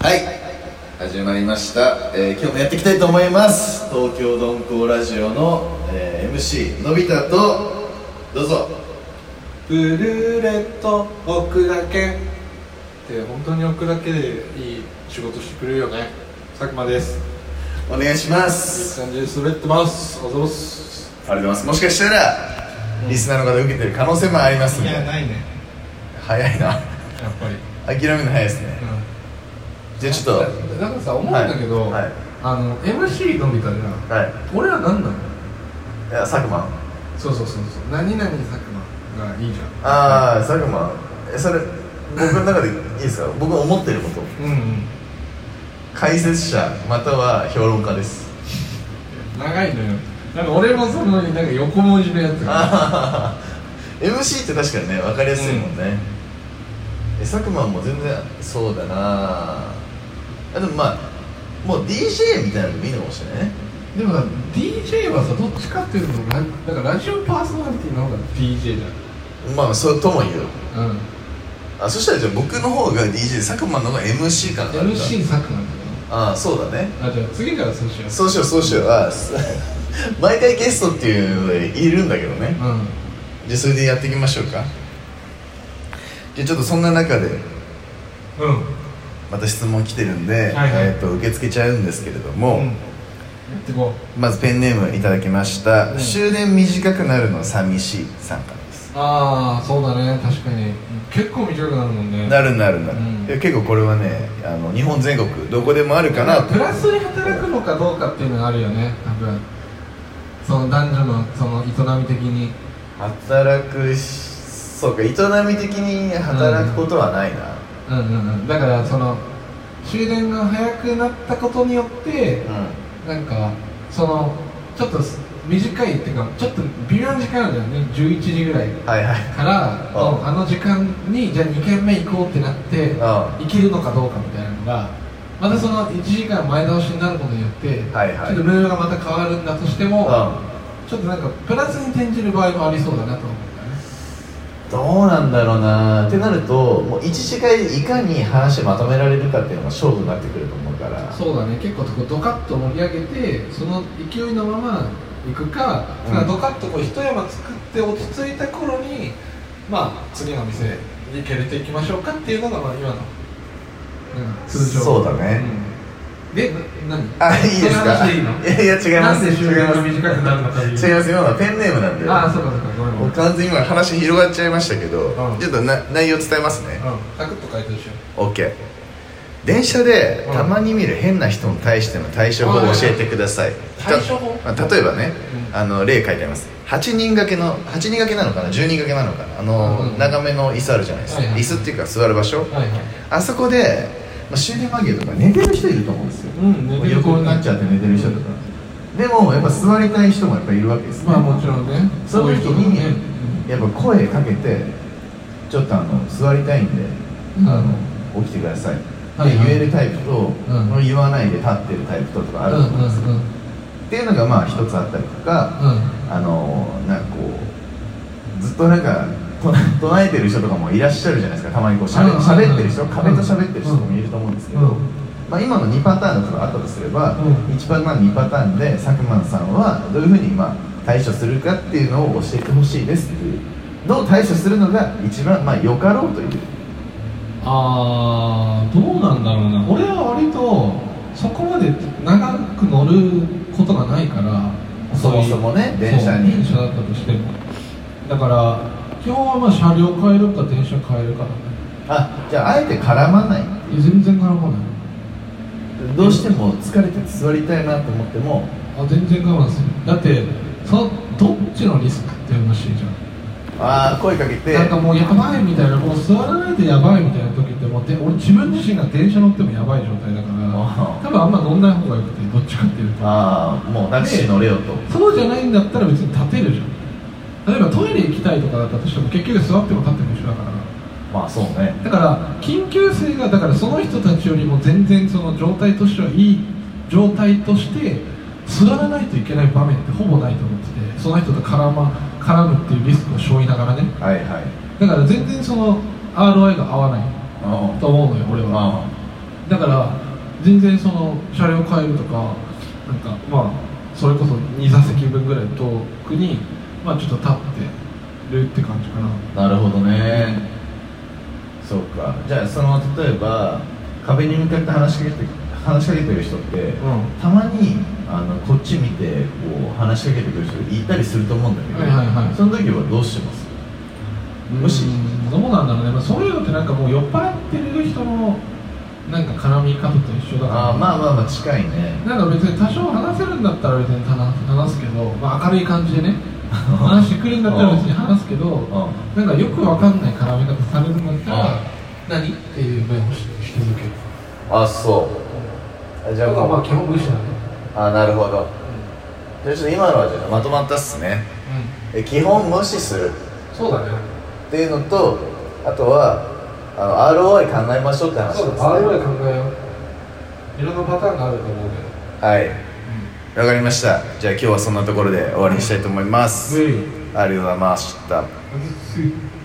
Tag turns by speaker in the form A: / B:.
A: はい始まりました、えー今日もやっていきたいと思います東京ドンコラジオの、えー MC のび太とどうぞ
B: ブルーレット置くだけって本当に置くだけでいい仕事してくれるよね佐久間です
A: お願いしま
B: いい
A: す
B: 感じで滑ってますあざます
A: ありがとうございますもしかしたらリスナーの方受けてる可能性もありますんで
B: いね
A: 早いな
B: やっぱり
A: 諦めるの早いですねじゃあちょっ
B: うんだからさ思うんだけど、
A: はいはい
B: あの MC のび太じゃん
A: とはい
B: 俺は何なの
A: いや佐久間
B: そうそうそうそう何々佐久間がいいじゃん
A: ああ佐久間えそれ僕の中でいいですか僕が思ってること
B: うんうん
A: 解説者または評論家です
B: 長いのよなんか俺もそのなんか横文字のやつが
A: あ ー MC って確かにね分かりやすいもんね、え佐久間も全然そうだなあでもまあもう DJ みたいなのでもいいのかもしれないね
B: でもさ DJ はさどっちかっていうとラなんかラジオパーソナリティの方が DJ だ
A: まあそうとも言う
B: ゃんうん
A: あそしたらじゃあ僕の方が DJ 佐久間の方が MC 感があるから
B: MC 作なんだ
A: ああそうだね
B: あじゃあ次からそうしよう
A: そうしようそうしようあ す毎回ゲストっていうのでいるんだけどね
B: うん
A: じゃあそれでやっていきましょうかじゃあちょっとそんな中で
B: う
A: また質問来てるんで、
B: はいはい
A: えー、と受け付けちゃうんですけれども、
B: んうんやってこ
A: まずペンネームいただきました、
B: うん
A: 終電短くなるの寂しいさんからです、
B: うああそうだね確かに結構短くなるもんね
A: なるなるなる、
B: うん
A: いや結構これはねあの日本全国どこでもあるかなと
B: プラスに働くのかどうかっていうのがあるよね多分その男女のその営み的に
A: 働くしそうか営み的に働くことはないな、
B: うんうんうんだからその終電が早くなったことによって
A: う
B: なんかそのちょっと短いっていうかちょっと微妙な時間なんだよね11時ぐらい
A: ん、はいはい
B: から
A: あ
B: あの時間にじゃあ2軒目行こうってなって
A: あ
B: 行けるのかどうかみたいなのがまたその1時間前倒しになることによって、
A: はいはい
B: ちょっとルールがまた変わるんだとしても
A: うん
B: ちょっとなんかプラスに転じる場合もありそうだなと思うんだよね
A: どうなんだろうなってなるともう一次会でいかに話まとめられるかっていうのが勝負になってくると思うから
B: そうだね結構こうドカッと盛り上げてその勢いのまま行くか、
A: うん
B: なんかドカッとこう一山作って落ち着いた頃にまあ次の店に蹴れていきましょうかっていうのがまあ今の、うん、通常
A: そうだね、
B: うんでな何
A: あいいです
B: その
A: か
B: 話でいいの
A: やいや違いま
B: なん
A: す
B: で終
A: 違い
B: 電
A: ま
B: が
A: す
B: 短くなるのかという
A: 違います今のはペンネームなんで
B: ああそうかそうかごめんご
A: も
B: め
A: うん完全に今話広がっちゃいましたけど、
B: うん
A: ちょっとな内容伝えますね、
B: サクッと回答しよ
A: OK 電車で
B: うん
A: たまに見る変な人に対しての対処法を教えてください、た
B: 対処法
A: まあ例えばね、
B: うん
A: あの例書いてあります8人掛けの8人掛けなのかな10人掛けなのかなあの、
B: うん
A: 長めの椅子あるじゃないですか、
B: はいはい
A: 椅子っていうか座る場所、
B: うはいはい
A: あそこで、まあ、終電間際とか寝てる人いると思うんですよ、
B: うん寝てる人
A: 横になっちゃって寝てる人とか、でもやっぱ座りたい人もやっぱいるわけですね
B: まあもちろんね
A: その時
B: そういう人も
A: に
B: ね
A: やっぱ声かけてちょっとあの座りたいんで、
B: うん
A: あの起きてくださいって
B: はいはい
A: 言えるタイプと、
B: ん
A: の言わないで立ってるタイプととかあると思うんですよ、
B: うんうん
A: っていうのがまあ一つあったりとか、
B: うん
A: あのなんかこうずっとなんかと唱えてる人とかもいらっしゃるじゃないですかたまにこうしゃべ
B: うん
A: 喋ってる人
B: うん
A: 壁と喋ってる人もいると思うんですけど、
B: うん
A: まあ、今の2パターンのことがあったとすれば、
B: うん
A: 1パターン2パターンで佐久間さんはどういうふうにまあ対処するかっていうのを教えてほしいですっていうどう対処するのが一番まあよかろうという
B: ああどうなんだろうな俺は割とそこまで長く乗ることがないから
A: そもそもね電車に
B: そう電車だったとしてもだから基本はまあ車両変えるか電車変えるかだね
A: あじゃああえて絡まない
B: いや全然絡まない
A: どうしても疲れてて座りたいなと思っても
B: あ全然我慢するだってそのどっちのリスクって話じゃん
A: ああ声かけて
B: なんかもうやばいみたいなもう座らないでやばいみたいな時ってもうで俺自分自身が電車乗ってもやばい状態だか
A: あ
B: ら多分あんま乗んない方がよくてどっちかっていうと
A: ああもうタクシー乗れよと
B: そうじゃないんだったら別に立てるじゃん例えばトイレ行きたいとかだったとしても結局座っても立っても一緒だから
A: まあそうね
B: だから緊急性がだからその人たちよりも全然その状態としてはいい状態として座らないといけない場面ってほぼないと思っててその人と絡,、ま、絡むっていうリスクを背負いながらね
A: はいはい
B: だから全然その ROI が合わない
A: あ
B: と思うのよ俺は
A: あ
B: だだから全然その車両変えるとかなんかまあそれこそ2座席分ぐらい遠くに、まあ、ちょっと立ってるって感じかな
A: なるほどねそうかじゃあその例えば壁に向かって話しかけて話しかけてる人って、
B: ん
A: たまにあのこっち見てこう話しかけてくる人いたりすると思うんだけど、
B: はいはいはい
A: その時はどうしてます
B: もしどうなんだろうね、まあ、そういうのってなんかもう酔っ払ってる人のなんか絡み方と一緒だから
A: あーまあまあまあ近いね
B: なんか別に多少話せるんだったら別に話話すけど、まあ、明るい感じで ね話してくれるんだったら別に話すけど
A: う
B: なんかよくわかんない絡み方されるんだった
A: あ
B: ら何っていう目をしして続ける
A: んあそうあじ
B: だ
A: ゃあ
B: から
A: も
B: まあ
A: う
B: 基本無視だね
A: あなるほどじゃあちょっと今のはじゃあまとまったっすね
B: う
A: え基本無視する
B: んそうだね
A: っていうのとあとはあの ROI 考えましょうって話
B: そう
A: ですね
B: だあれぐらい考えよういろんなパターンがあると思う
A: はいわかりましたじゃあ今日はそんなところで終わりにしたいと思います
B: けど
A: ありがとうございました
B: うん